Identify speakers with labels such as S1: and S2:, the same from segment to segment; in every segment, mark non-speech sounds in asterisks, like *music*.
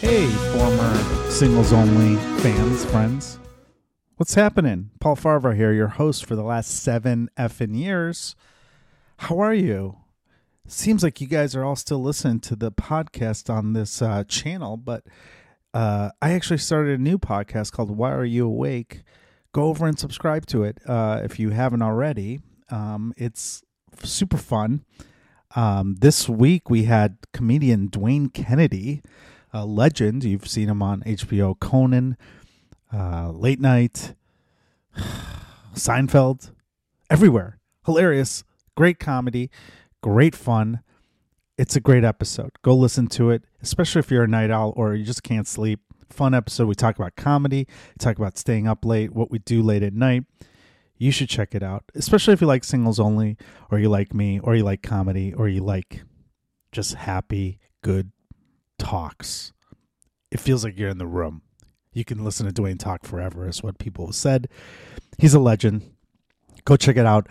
S1: Hey, former singles only fans, friends. What's happening? Paul Farver here, your host for the last seven effing years. How are you? Seems like you guys are all still listening to the podcast on this uh, channel, but uh, I actually started a new podcast called Why Are You Awake? Go over and subscribe to it uh, if you haven't already. Um, it's f- super fun. Um, this week we had comedian Dwayne Kennedy, a uh, legend. You've seen him on HBO Conan, uh, Late Night, *sighs* Seinfeld, everywhere. Hilarious, great comedy, great fun. It's a great episode. Go listen to it, especially if you're a night owl or you just can't sleep. Fun episode. We talk about comedy, talk about staying up late, what we do late at night you should check it out, especially if you like singles only, or you like me, or you like comedy, or you like just happy, good talks. It feels like you're in the room. You can listen to Dwayne talk forever, is what people have said. He's a legend. Go check it out.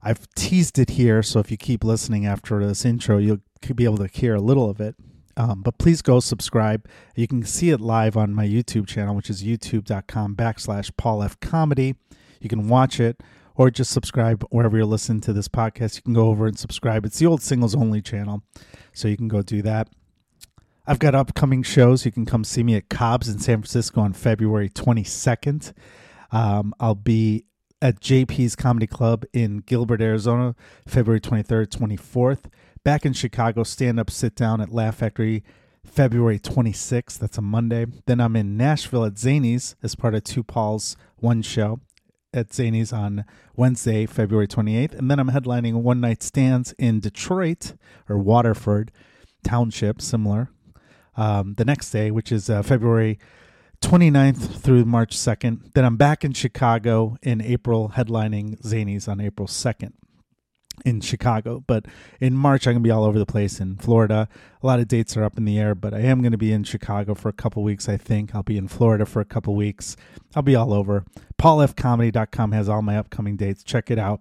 S1: I've teased it here, so if you keep listening after this intro, you'll be able to hear a little of it. Um, but please go subscribe. You can see it live on my YouTube channel, which is youtube.com backslash Paul F. Comedy. You can watch it or just subscribe wherever you're listening to this podcast. You can go over and subscribe. It's the old singles only channel, so you can go do that. I've got upcoming shows. You can come see me at Cobb's in San Francisco on February 22nd. Um, I'll be at JP's Comedy Club in Gilbert, Arizona, February 23rd, 24th. Back in Chicago, stand up, sit down at Laugh Factory, February 26th. That's a Monday. Then I'm in Nashville at Zany's as part of Two Paul's One Show at Zany's on Wednesday, February 28th. And then I'm headlining One Night Stands in Detroit or Waterford Township, similar, um, the next day, which is uh, February 29th through March 2nd. Then I'm back in Chicago in April, headlining Zanies on April 2nd in Chicago. But in March, I'm going to be all over the place in Florida. A lot of dates are up in the air, but I am going to be in Chicago for a couple weeks, I think. I'll be in Florida for a couple weeks. I'll be all over. PaulFComedy.com has all my upcoming dates. Check it out.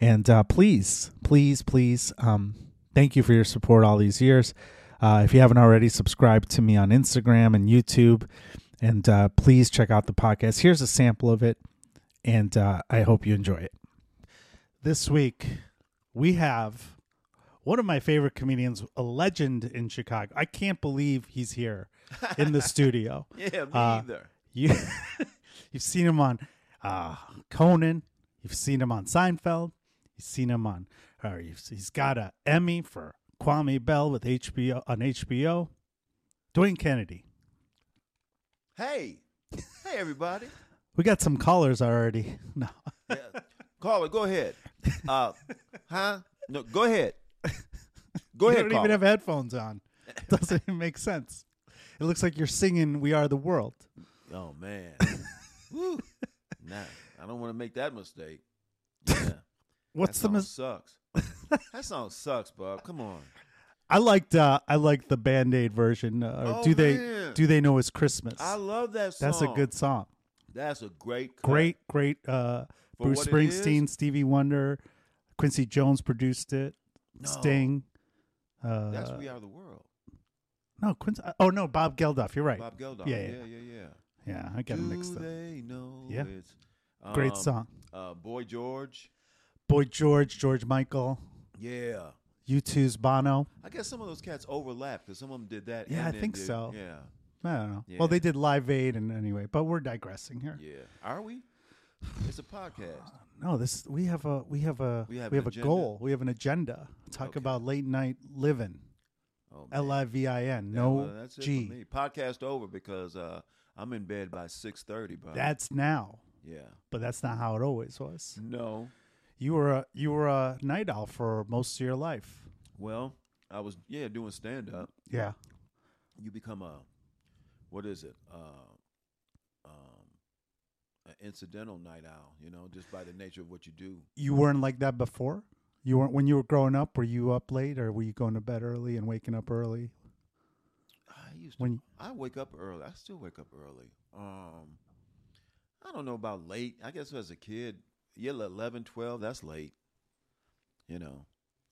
S1: And uh, please, please, please, um, thank you for your support all these years. Uh, if you haven't already, subscribe to me on Instagram and YouTube. And uh, please check out the podcast. Here's a sample of it, and uh, I hope you enjoy it. This week, we have one of my favorite comedians, a legend in Chicago. I can't believe he's here in
S2: *laughs*
S1: the studio.
S2: Yeah, me
S1: Uh,
S2: either.
S1: You, *laughs* you've seen him on uh, Conan. You've seen him on Seinfeld. You've seen him on. Or you've, he's got a Emmy for Kwame Bell with HBO on HBO. Dwayne Kennedy.
S2: Hey, *laughs* hey everybody.
S1: We got some callers already. *laughs* No,
S2: Yeah. Caller, go ahead.
S1: *laughs*
S2: Uh, huh? No, go ahead.
S1: you
S2: Go ahead,
S1: don't
S2: caller.
S1: even have headphones
S2: *laughs*
S1: on. Doesn't even make sense. It looks like you're singing "We Are the World."
S2: oh
S1: *laughs*
S2: man. Woo. Nah, I don't want to make
S1: *laughs*
S2: that mistake. Yeah,
S1: What's
S2: that
S1: the
S2: song
S1: mis- *laughs*
S2: sucks. that song sucks, Bob. Come on.
S1: I liked uh, I liked the Band Aid version. Uh,
S2: Oh,
S1: do they
S2: man.
S1: do they know it's Christmas?
S2: I love that song.
S1: That's a good song.
S2: That's a great. cut.
S1: Great, great. Uh,
S2: For
S1: Bruce
S2: what it
S1: Springsteen, Stevie Wonder, Quincy Jones produced it.
S2: No,
S1: Sting. Uh,
S2: That's we are the world.
S1: no Quincy. Oh no, Bob Geldof. You're right.
S2: Bob Geldof.
S1: Yeah,
S2: Yeah,
S1: yeah.
S2: yeah, yeah. yeah.
S1: Yeah, I got
S2: Do
S1: him mixed up.
S2: they know?
S1: Yeah.
S2: It's,
S1: Great
S2: um,
S1: song.
S2: Uh, Boy George.
S1: Boy George, George Michael,
S2: Yeah.
S1: U2's Bono.
S2: I guess some of those cats overlap because some of them did that.
S1: Yeah,
S2: and
S1: I
S2: then
S1: think
S2: did-
S1: so.
S2: Yeah,
S1: I don't know. Well,
S2: Yeah.
S1: they did Live Aid, and anyway, but we're digressing here.
S2: yeah. Are we? It's a podcast.
S1: No, this we have a we have a we
S2: We
S1: have,
S2: have an
S1: a
S2: agenda?
S1: goal. We have an agenda. Talk
S2: Okay.
S1: about late night living.
S2: Oh, man.
S1: L i v i n.
S2: Yeah,
S1: No
S2: well, that's it for
S1: g.
S2: me. Podcast over because uh, I'm in bed by six thirty. By
S1: That's now,
S2: yeah.
S1: but that's not how it always was.
S2: Mm. No.
S1: You were a you were a night owl for most of your life.
S2: Well, I was yeah doing stand up.
S1: Yeah.
S2: You become a what is it? Uh, um, an incidental night owl. You know, just by the nature of what you do.
S1: You weren't like that before? You weren't when you were growing up, were you up late or were you going to bed early and waking up early?
S2: I used to.
S1: When
S2: I wake up early. I still wake up early. Um, I don't know about late. I guess as a kid, yeah, 11, 12, that's late. You know,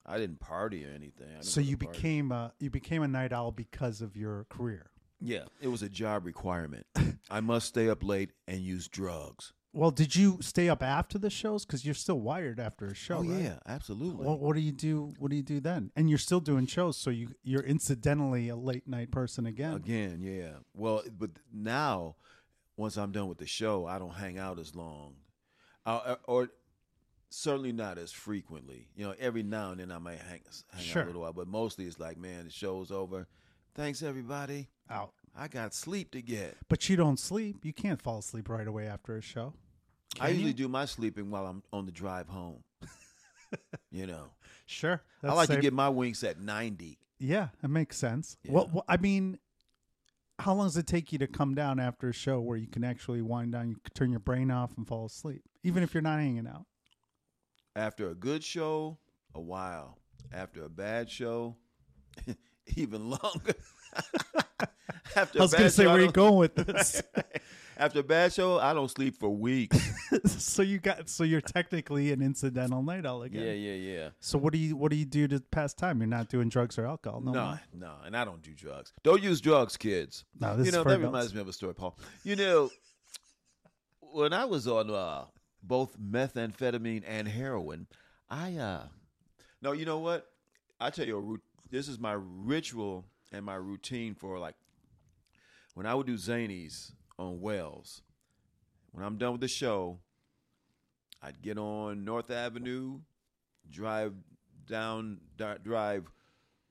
S2: I didn't party or anything. I didn't
S1: so
S2: go to
S1: you
S2: parties.
S1: became a you became a night owl because of your career.
S2: Yeah, it was a job requirement. I must stay up late and use drugs.
S1: Well, did you stay up after the shows? Because you're still wired after a show.
S2: Oh
S1: right?
S2: yeah, absolutely.
S1: What, what do you do? What do you do then? And you're still doing shows, so you you're incidentally a late night person again.
S2: Again, yeah. Well, but now, once I'm done with the show, I don't hang out as long, uh, or certainly not as frequently. You know, every now and then I might hang, hang
S1: Sure.
S2: out a little while, but mostly it's like, man, the show's over. Thanks everybody.
S1: Out,
S2: I got sleep to get.
S1: but you don't sleep. You can't fall asleep right away after a show.
S2: I
S1: Can
S2: usually
S1: you?
S2: do my sleeping while I'm on the drive home. *laughs* you know,
S1: Sure,
S2: I like
S1: safe.
S2: to get my winks at ninety.
S1: Yeah, it makes sense.
S2: Yeah.
S1: What, what I mean, how long does it take you to come down after a show where you can actually wind down, you can turn your brain off, and fall asleep, even if you're not hanging out?
S2: After a good show, a while. After a bad show, *laughs* even longer. *laughs* After
S1: I was going to
S2: a bad
S1: say
S2: show, I
S1: where you
S2: don't-
S1: going with
S2: *laughs*
S1: this.
S2: After a bad show, I don't sleep for weeks.
S1: *laughs* so you got so you're technically an incidental night owl again.
S2: *laughs* yeah, yeah.
S1: So what do you what do you do to pass time? You're not doing drugs or alcohol, no.
S2: No, no,
S1: more?
S2: and I don't do drugs. Don't use drugs, kids.
S1: No, this
S2: you
S1: is
S2: know
S1: for
S2: that
S1: adults.
S2: reminds me of a story, Paul. You know, when I was on uh, both methamphetamine and heroin, I uh, no, you know what? I tell you, a ru- this is my ritual and my routine for like when I would do zanies on Wells. When I'm done with the show, I'd get on North Avenue, drive down, di- drive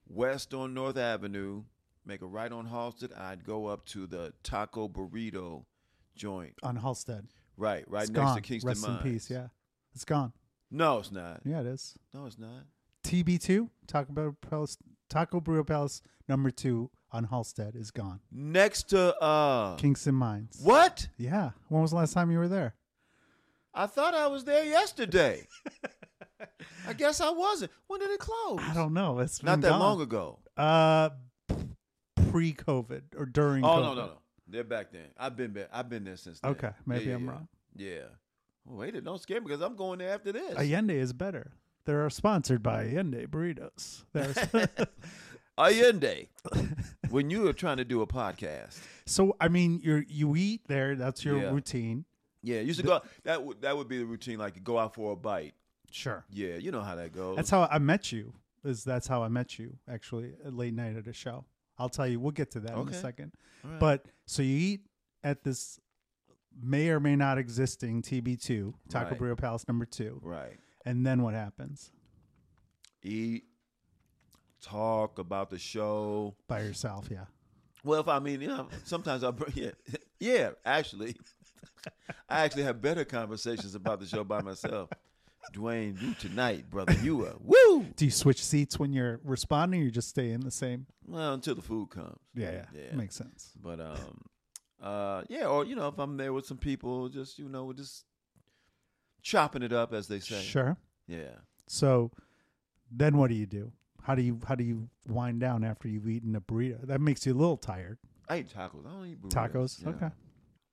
S2: west on North Avenue, make a right on Halsted, and I'd go up to the Taco Burrito joint.
S1: On Halstead,
S2: Right, right
S1: It's
S2: next
S1: gone.
S2: to Kingston
S1: Rest
S2: Mines.
S1: in peace. Yeah, it's gone.
S2: No, it's not.
S1: Yeah, it is.
S2: No, it's not.
S1: TB two Taco Bell Palace, Taco Burrito Palace number two on Halstead is gone.
S2: Next to uh
S1: Kingston Mines.
S2: What?
S1: Yeah. When was the last time you were there?
S2: I thought I was
S1: *laughs*
S2: there yesterday. I guess I wasn't. When did it close?
S1: I don't know. It's
S2: Not that long ago.
S1: ago. Uh, pre COVID or during.
S2: Oh
S1: COVID.
S2: no, no, no. They're back then. I've been back. I've been there since then.
S1: Okay,
S2: Yeah,
S1: maybe
S2: yeah,
S1: I'm
S2: yeah.
S1: wrong.
S2: Yeah. Oh, wait, don't scare me because I'm going there after this.
S1: Allende is better. They are sponsored by Allende
S2: *laughs*
S1: Burritos. They're- *laughs*
S2: Allende. when you were trying to do a podcast.
S1: so I mean, you you eat there. That's your
S2: Yeah.
S1: routine.
S2: Yeah, you used to go that would that would be the routine, like go out for a bite.
S1: Sure.
S2: Yeah, you know how that goes.
S1: That's how I met you. Is that's how I met you actually at late night at a show. I'll tell you. We'll get to that in
S2: Okay.
S1: a second.
S2: All right.
S1: But so you eat at this may or may not existing TB2 Taco
S2: Right.
S1: Burrito Palace number two,
S2: right.
S1: and then what happens
S2: Eat, talk about the show.
S1: by yourself? Yeah.
S2: Well, if I mean, you know, sometimes I bring *laughs* yeah, yeah. Actually, *laughs* I actually have better conversations about the show by myself. Dwayne, you tonight, brother, you are woo.
S1: Do you switch seats when you're responding, or you just stay in the same?
S2: Well, until the food comes.
S1: Yeah, yeah,
S2: Yeah.
S1: makes sense.
S2: But um, uh, yeah, or you know, if I'm there with some people, just you know, we're just chopping it up, as they say.
S1: Sure.
S2: Yeah.
S1: So then what do you do? How do you how do you wind down after you've eaten a burrito? That makes you a little tired.
S2: I eat tacos. I don't eat burritos.
S1: Tacos.
S2: Yeah.
S1: Okay.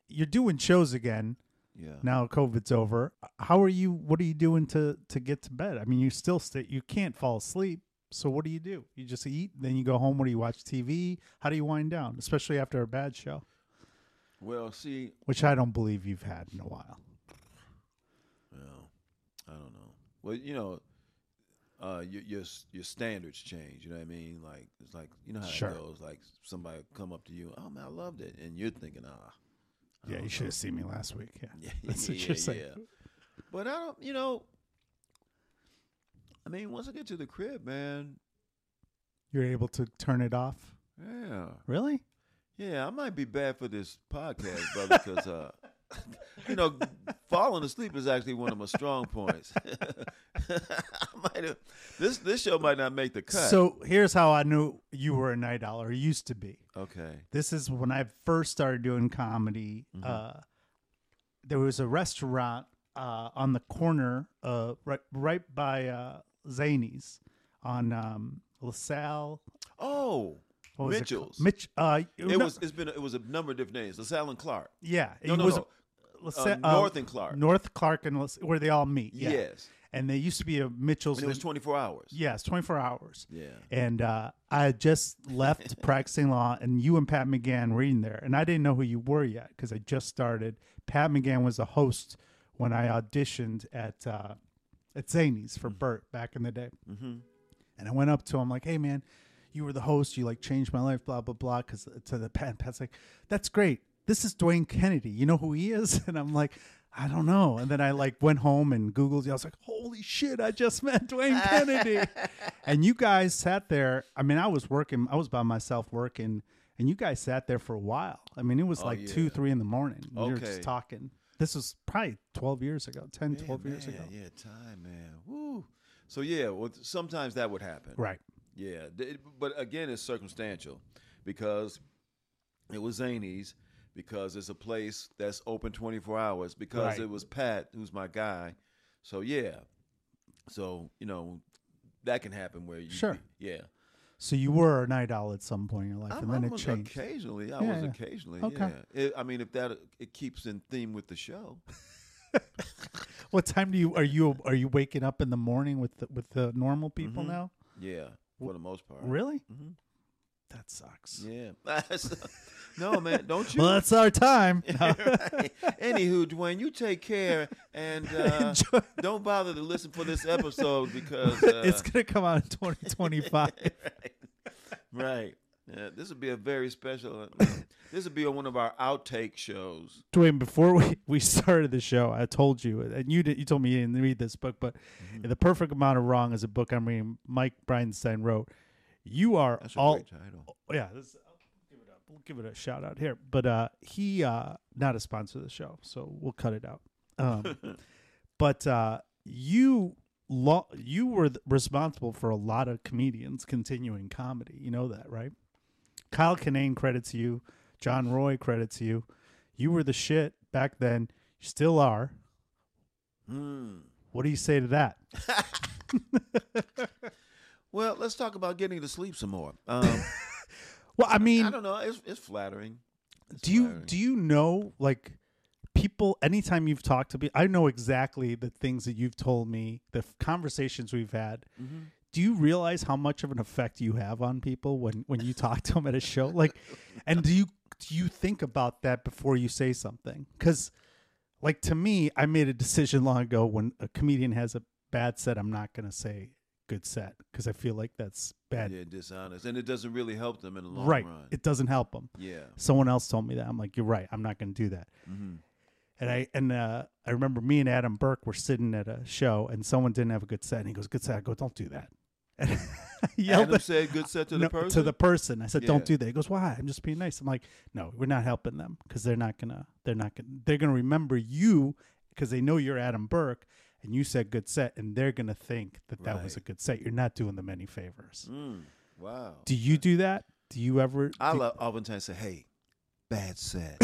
S1: You're doing shows again
S2: Yeah.
S1: now. COVID's over. How are you? What are you doing to to get to bed? I mean, you still stay. You can't fall asleep. So what do you do? You just eat, then you go home. What do you watch TV? How do you wind down, especially after a bad show,
S2: Well, see,
S1: which I don't believe you've had in a while.
S2: Well, I don't know. Well, you know, uh, your your s- your standards change. You know what I mean? Like it's like you know how
S1: Sure.
S2: it goes. Like somebody come up to you, oh man, I loved it, and you're thinking, ah, *laughs* I
S1: Yeah,
S2: don't
S1: you should
S2: know."
S1: have seen me last week. Yeah,
S2: Yeah,
S1: *laughs* that's what
S2: yeah,
S1: you're saying.
S2: yeah. But I don't, you know. I mean, once I get to the crib, man,
S1: You're able to turn it off.
S2: yeah,
S1: Really?
S2: yeah, I might be bad for this podcast, brother, because uh, *laughs* you know, falling asleep is actually one of my strong points. *laughs* I might have, this this show might not make the cut.
S1: So here's how I knew you were a night owl or used to be.
S2: Okay.
S1: This is when I first started doing comedy.
S2: Mm-hmm.
S1: Uh, there was a restaurant uh, on the corner, uh, right right by uh, Zany's on um, LaSalle.
S2: Oh,
S1: What was it called?
S2: Mitchell's.
S1: Mitch. Uh,
S2: it
S1: no-
S2: was. It's been. It was a number of different names. LaSalle and Clark.
S1: Yeah,
S2: No, no,
S1: was
S2: no.
S1: LaSalle-
S2: uh, North and Clark.
S1: North Clark and LaSalle, where they all meet. Yeah.
S2: Yes.
S1: and there used to be a Mitchell's.
S2: And it was 24 hours.
S1: yes, 24 hours.
S2: Yeah.
S1: And uh, I had just left practicing law, and you and Pat McGann were in there, and I didn't know who you were yet because I just started. Pat McGann was the host when I auditioned at uh, at Zanies for Burt back in the day, mm-hmm. and I went up to him like, "Hey, man, you were the host. You like changed my life, blah blah blah." Because to the Pat, Pat's like, "That's great. This is Dwayne Kennedy. You know who he is?" *laughs* And I'm like. I don't know. And then I like went home and Googled. I was like, holy shit, I just met Dwayne
S2: *laughs*
S1: Kennedy. and you guys sat there. I mean, I was working, I was by myself working, and you guys sat there for a while. I mean, it was like two,
S2: Oh, yeah.
S1: three in the morning. and We were
S2: Okay.
S1: just talking. This was probably 12 years ago, 10, 12
S2: man,
S1: years ago.
S2: Yeah, time, man. Woo. So yeah, well, sometimes that would happen.
S1: Right.
S2: Yeah, th- but again, it's circumstantial because it was Zanies because it's a place that's open 24 hours because
S1: Right.
S2: it was Pat who's my guy. So yeah, so you know that can happen where you
S1: Sure.
S2: yeah.
S1: So you were a night owl at some point in your life,
S2: I,
S1: and then
S2: I
S1: it
S2: was
S1: changed.
S2: occasionally. I
S1: Yeah,
S2: was
S1: yeah.
S2: occasionally.
S1: Okay.
S2: Yeah. It, I mean, if that it keeps in theme with the show.
S1: What time do you are you are you waking up in the morning with the, with the normal people
S2: Mm-hmm.
S1: now?
S2: Yeah, for the most part.
S1: Really? That sucks.
S2: Mm-hmm. Yeah. *laughs* no, man, don't you?
S1: Well, that's our time.
S2: *laughs* Anywho, Dwayne, you take care and uh,
S1: *laughs* Enjoy.
S2: don't bother to listen
S1: *laughs*
S2: for this episode because uh,
S1: it's gonna come out
S2: *laughs*
S1: in 2025.
S2: uh, right. Yeah, this would be a very special. uh, this would be one of our outtake shows.
S1: Dwayne, before we, we started the show, I told you, and you did, you told me you didn't read this book, but
S2: Mm-hmm.
S1: the perfect amount of wrong is a book I'm reading. Mike Bridenstine wrote. You are
S2: That's a
S1: all
S2: great title.
S1: yeah. This, I'll give it up. We'll give it a shout out here, but uh, he uh, not a sponsor of the show, so we'll cut it out. Um, but uh, you lo- you were th- responsible for a lot of comedians continuing comedy. You know that, right? Kyle Kinane credits you. John Roy credits you. You were the shit back then. You still are. What do you say to that?
S2: Well, let's talk about getting to sleep some more.
S1: *laughs*
S2: Um,
S1: Well, I mean,
S2: I don't know. It's, it's flattering. It's
S1: do you
S2: flattering.
S1: do you know like people anytime you've talked to me i know exactly the things that you've told me the f- conversations we've had
S2: Mm-hmm.
S1: do you realize how much of an effect you have on people when when you talk to them at a show
S2: *laughs*
S1: like and do you do you think about that before you say something because like to me i made a decision long ago when a comedian has a bad set i'm not going to say good set because i feel like that's bad
S2: Yeah, dishonest, and it doesn't really help them in the long
S1: right
S2: run.
S1: it doesn't help them
S2: yeah.
S1: someone else told me that i'm like you're right i'm not going to do that
S2: Mm-hmm.
S1: and i and uh, i remember me and adam burke were sitting at a show and someone didn't have a good set and he goes good set i go don't do that *laughs* and I yelled
S2: Adam
S1: at,
S2: said, "Good set to
S1: no,
S2: the person."
S1: to the person i said
S2: Yeah.
S1: don't do that he goes why i'm just being nice i'm like no we're not helping them because they're not gonna they're not gonna they're gonna remember you because they know you're adam burke and you said good set and they're gonna think that that was
S2: Right.
S1: a good set you're not doing them any favors
S2: Mm, wow.
S1: do you do that do you ever
S2: I
S1: do-
S2: love oftentimes say, "Hey,
S1: *laughs*
S2: bad set."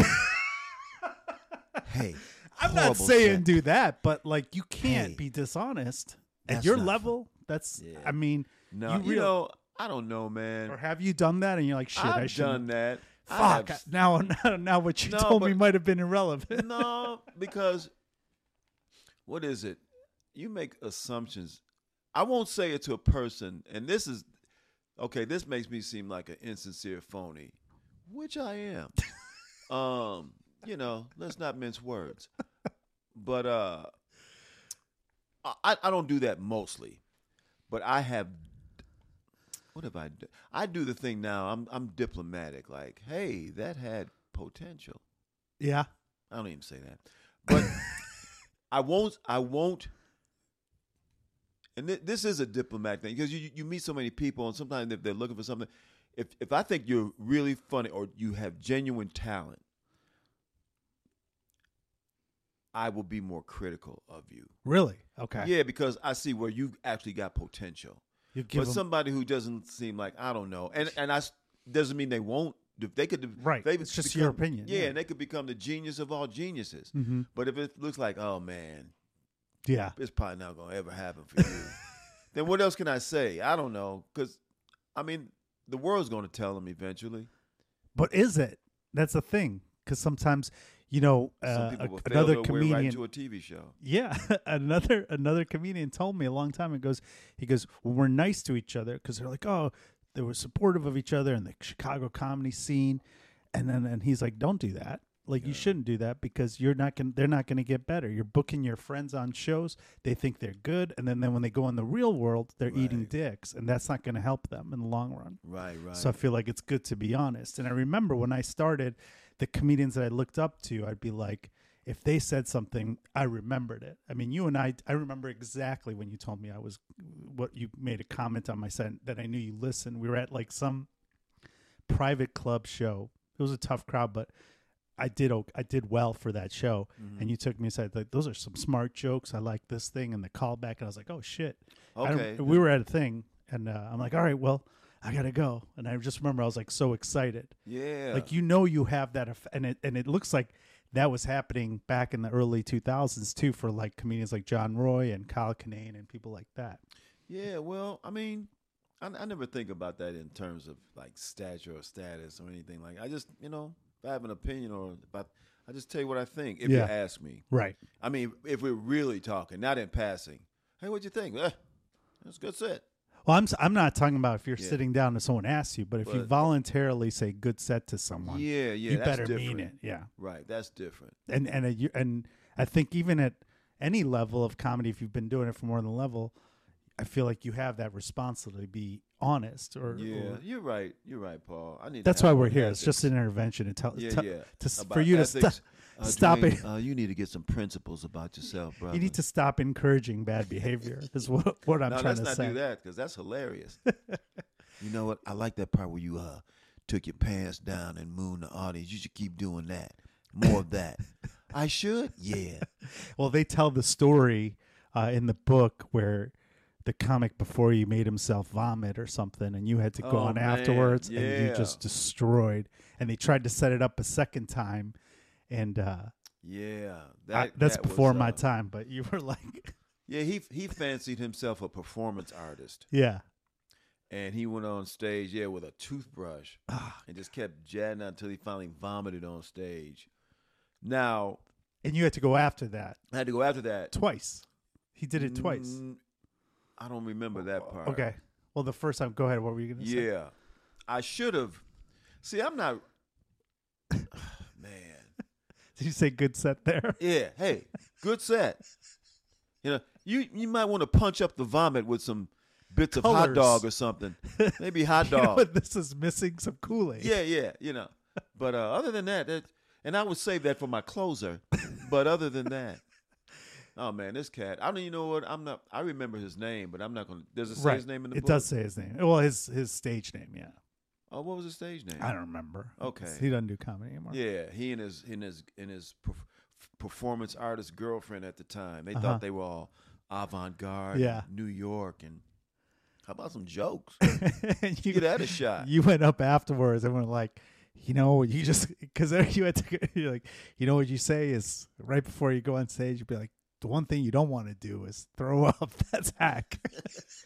S2: hey,
S1: I'm not
S2: horrible
S1: saying
S2: set.
S1: do that, but like you can't
S2: Hey,
S1: be dishonest at
S2: that's
S1: your
S2: not
S1: level. That's I mean,
S2: no, you,
S1: real-
S2: know, I don't know,
S1: or
S2: man.
S1: have you done that? And you're like, shit, I
S2: I've
S1: should
S2: done that. I
S1: Fuck
S2: have-
S1: now, *laughs* now, now what you
S2: No,
S1: told me
S2: but-
S1: might have been irrelevant. *laughs*
S2: no, because what is it? You make assumptions. I won't say it to a person, and this is okay. This makes me seem like an insincere phony, which I am. um, you know, let's not mince words. But uh, I I don't do that mostly, but I have. What have I done? I do the thing now. I'm I'm diplomatic. Like, hey, that had potential.
S1: yeah,
S2: I don't even say that. But I won't. I won't. And thi- this is a diplomatic thing because you you meet so many people, and sometimes if they're looking for something, if if I think you're really funny or you have genuine talent, I will be more critical of you.
S1: really? Okay,
S2: Yeah, because I see where you've actually got potential.
S1: you give
S2: but
S1: 'em-
S2: somebody who doesn't seem like I don't know, and and I s- doesn't mean they won't. They could
S1: Right.
S2: They
S1: It's just your opinion,
S2: Yeah,
S1: yeah. Mm-hmm.
S2: and they could become the genius of all geniuses. But if it looks like, oh man,
S1: yeah,
S2: it's probably not gonna ever happen
S1: *laughs*
S2: for you, then what else can I say? I don't know, because I mean, the world's gonna tell them eventually.
S1: but is it? That's the thing because sometimes You know,
S2: Some
S1: uh,
S2: people will
S1: a-
S2: fail
S1: another
S2: their way right
S1: comedian.
S2: to a TV show.
S1: yeah, *laughs* another another comedian told me a long time ago. Goes, he goes, when we're nice to each other, because they're like, oh, they were supportive of each other in the Chicago comedy scene, and then and he's like, don't do that. Like you shouldn't do that because you're not going. to They're not going to get better. You're booking your friends on shows. They think they're good, and then then when they go in the real world, they're eating dicks, and that's not going to help them in the long run.
S2: Right, right.
S1: So I feel like it's good to be honest. And I remember when I started, the comedians that I looked up to, I'd be like, if they said something, I remembered it. I mean, you and I, I remember exactly when you told me I was, what you made a comment on my set that I knew you listened. We were at like some private club show. It was a tough crowd, but I did o- I did well for that show. And you took me aside like those are some smart jokes. I like this thing and the callback. And I was like, oh shit. I don't-
S2: Okay.
S1: we were at a thing, and uh, I'm like, all right, well, I gotta go. And I just remember I was like so excited.
S2: yeah.
S1: Like you know you have that, eff- and it and it looks like that was happening back in the early 2000s too for like comedians like John Roy and Kyle Kinane and people like that.
S2: Yeah, well, I mean, I, I never think about that in terms of like stature or status or anything like. I just, you know, if I have an opinion or if I, I just tell you what I think if
S1: Yeah.
S2: you ask me.
S1: Right.
S2: I mean, if we're really talking, not in passing. Hey, what'd you think? Eh, that's a good set.
S1: Well, I'm s- I'm not talking about if you're sitting down and someone asks you, but if you
S2: But-
S1: voluntarily say good set to someone,
S2: Yeah, yeah,
S1: you
S2: that's
S1: better mean
S2: different.
S1: it. Yeah.
S2: Right, that's different.
S1: and and a, you- and I think even at any level of comedy, if you've been doing it for more than a level, I feel like you have that responsibility to be honest. Or,
S2: Yeah,
S1: or-
S2: you're right. You're right, Paul. I need. to
S1: that's why
S2: have
S1: we're
S2: an
S1: here. It's
S2: ethics.
S1: just an intervention to tell
S2: yeah,
S1: to,
S2: yeah.
S1: to s- for
S2: About
S1: you to
S2: ethics.
S1: stop
S2: Uh,
S1: stop
S2: Dwayne,
S1: it.
S2: Uh, you need to get some principles about yourself,
S1: *laughs*
S2: brother.
S1: You need to stop encouraging bad behavior. Is what what I'm
S2: No,
S1: trying
S2: let's
S1: to
S2: not
S1: say.
S2: do that because
S1: *laughs*
S2: that's hilarious. you know what? I like that part where you uh took your pants down and mooned the audience. You should keep doing that. More of that. I should. Yeah.
S1: Well, they tell the story uh, in the book where the comic before you made himself vomit or something, and you had to go
S2: Oh,
S1: on
S2: man,
S1: afterwards, and you
S2: yeah.
S1: just destroyed. And they tried to set it up a second time, and uh,
S2: Yeah.
S1: I-
S2: That-
S1: that's
S2: that was,
S1: before my
S2: uh,
S1: time. But you were *laughs* like,
S2: Yeah, he he fancied himself a performance artist,
S1: yeah,
S2: and he went on stage, yeah, with a toothbrush,
S1: Ah.
S2: and just kept jatting out until he finally vomited on stage. Now
S1: and you had to go after that
S2: I had to go after that
S1: twice. He did it twice.
S2: Mm, I don't remember that part.
S1: Okay. Well, the first time, go ahead. What were you going to say?
S2: Yeah. I should have. See, I'm not. Man.
S1: Did you say good set there?
S2: Yeah. Hey, good set. You know, you, you might want to punch up the vomit with some bits of
S1: Colors.
S2: hot dog
S1: *laughs*
S2: or something. Maybe
S1: *laughs*
S2: hot
S1: You know
S2: dog.
S1: what? This is missing some Kool Aid.
S2: yeah, yeah, you know. But uh, other than that, that, and I would save that for my closer. but other than that,
S1: *laughs*
S2: oh man, this cat. I don't even know what I'm not. I remember his name, but I'm not gonna. Does it say
S1: Right.
S2: his name in the
S1: it
S2: book?
S1: does say his name. Well, his his stage name. Yeah.
S2: Oh, what was his stage name?
S1: I don't remember.
S2: Okay.
S1: It's- He doesn't do comedy anymore.
S2: Yeah, he and his and his and his perf- performance artist girlfriend at the time. They thought they were all avant garde,
S1: Uh-huh. Yeah.
S2: New York, and how about
S1: *laughs*
S2: some jokes?
S1: *laughs* And you,
S2: Get that a shot.
S1: You went up afterwards and were like, you know, you just *laughs* because you had to. *laughs* You're like, you know what you say is right before you go on stage. You'd be like, the one thing you don't want to do is throw *laughs* up. That's hack.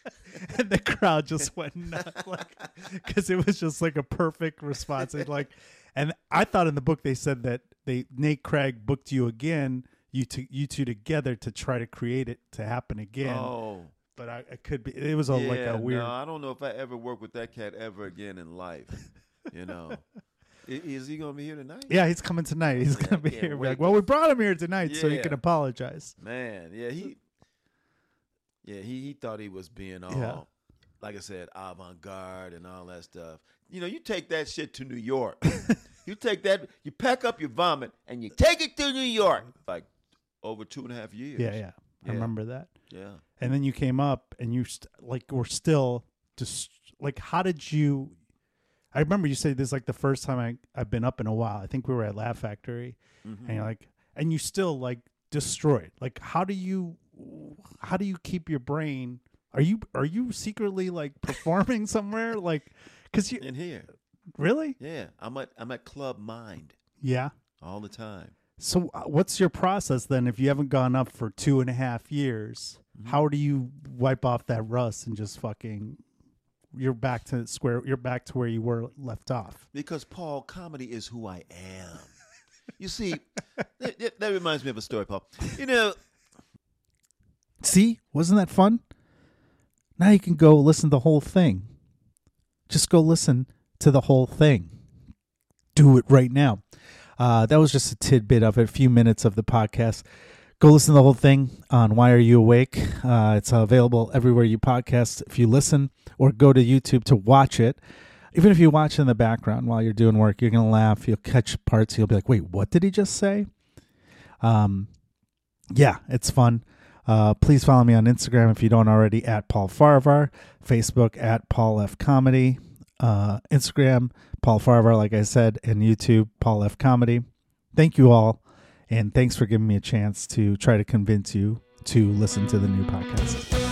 S1: *laughs* and the crowd just went nuts, *laughs* like, because it was just like a perfect response. And like, and I thought in the book they said that they Nate Craig booked you again. You two, you two together to try to create it to happen again.
S2: oh,
S1: but I, I could be. It was a,
S2: yeah,
S1: like a weird.
S2: No, I don't know if I ever work with that cat ever again in life. You know,
S1: *laughs*
S2: I- is he gonna be here tonight?
S1: Yeah, he's coming tonight. He's
S2: Yeah,
S1: gonna be
S2: I can't
S1: here. We're
S2: wait
S1: like, well, we brought him here tonight, so he
S2: Yeah.
S1: can apologize.
S2: Man, yeah, he, yeah, he, he thought he was being all,
S1: Yeah.
S2: like I said, avant garde and all that stuff. You know, you take that shit to
S1: *laughs*
S2: New York. you take that, you pack up your vomit and you take it to New York. Like over two and a half years.
S1: Yeah, yeah, I
S2: Yeah.
S1: remember that.
S2: yeah.
S1: And then you came up, and you st- like were still just like, how did you? I remember you said this is, like the first time I I've been up in a while. I think we were at Laugh Factory,
S2: Mm-hmm.
S1: and you're like, and you still like destroyed. Like, how do you? How do you keep your brain? Are you are you secretly like performing *laughs* somewhere? Like, cause you
S2: In here,
S1: really?
S2: yeah, I'm at I'm at Club Mind
S1: Yeah.
S2: all the time.
S1: So, uh, what's your process then? If you haven't gone up for two and a half years, how do you wipe off that rust and just fucking? You're back to square. You're back to where you were left off.
S2: Because Paul, comedy is who I am. You see, *laughs* that, that- that reminds me of a story, Paul. You know,
S1: See, wasn't that fun? Now you can go listen to the whole thing. Just go listen to the whole thing. Do it right now. Uh, that was just a tidbit of it, a few minutes of the podcast. Go listen to the whole thing on Why Are You Awake? Uh, it's available everywhere you podcast if you listen or go to YouTube to watch it. Even if you watch it in the background while you're doing work, you're going to laugh. You'll catch parts. You'll be like, wait, what did he just say? Um, yeah, it's fun. Uh, please follow me on Instagram if you don't already at Paul Farvar, Facebook at Paul F Comedy, uh, Instagram Paul Farvar, like I said, and YouTube Paul F Comedy. Thank you all, and thanks for giving me a chance to try to convince you to listen to the new podcast.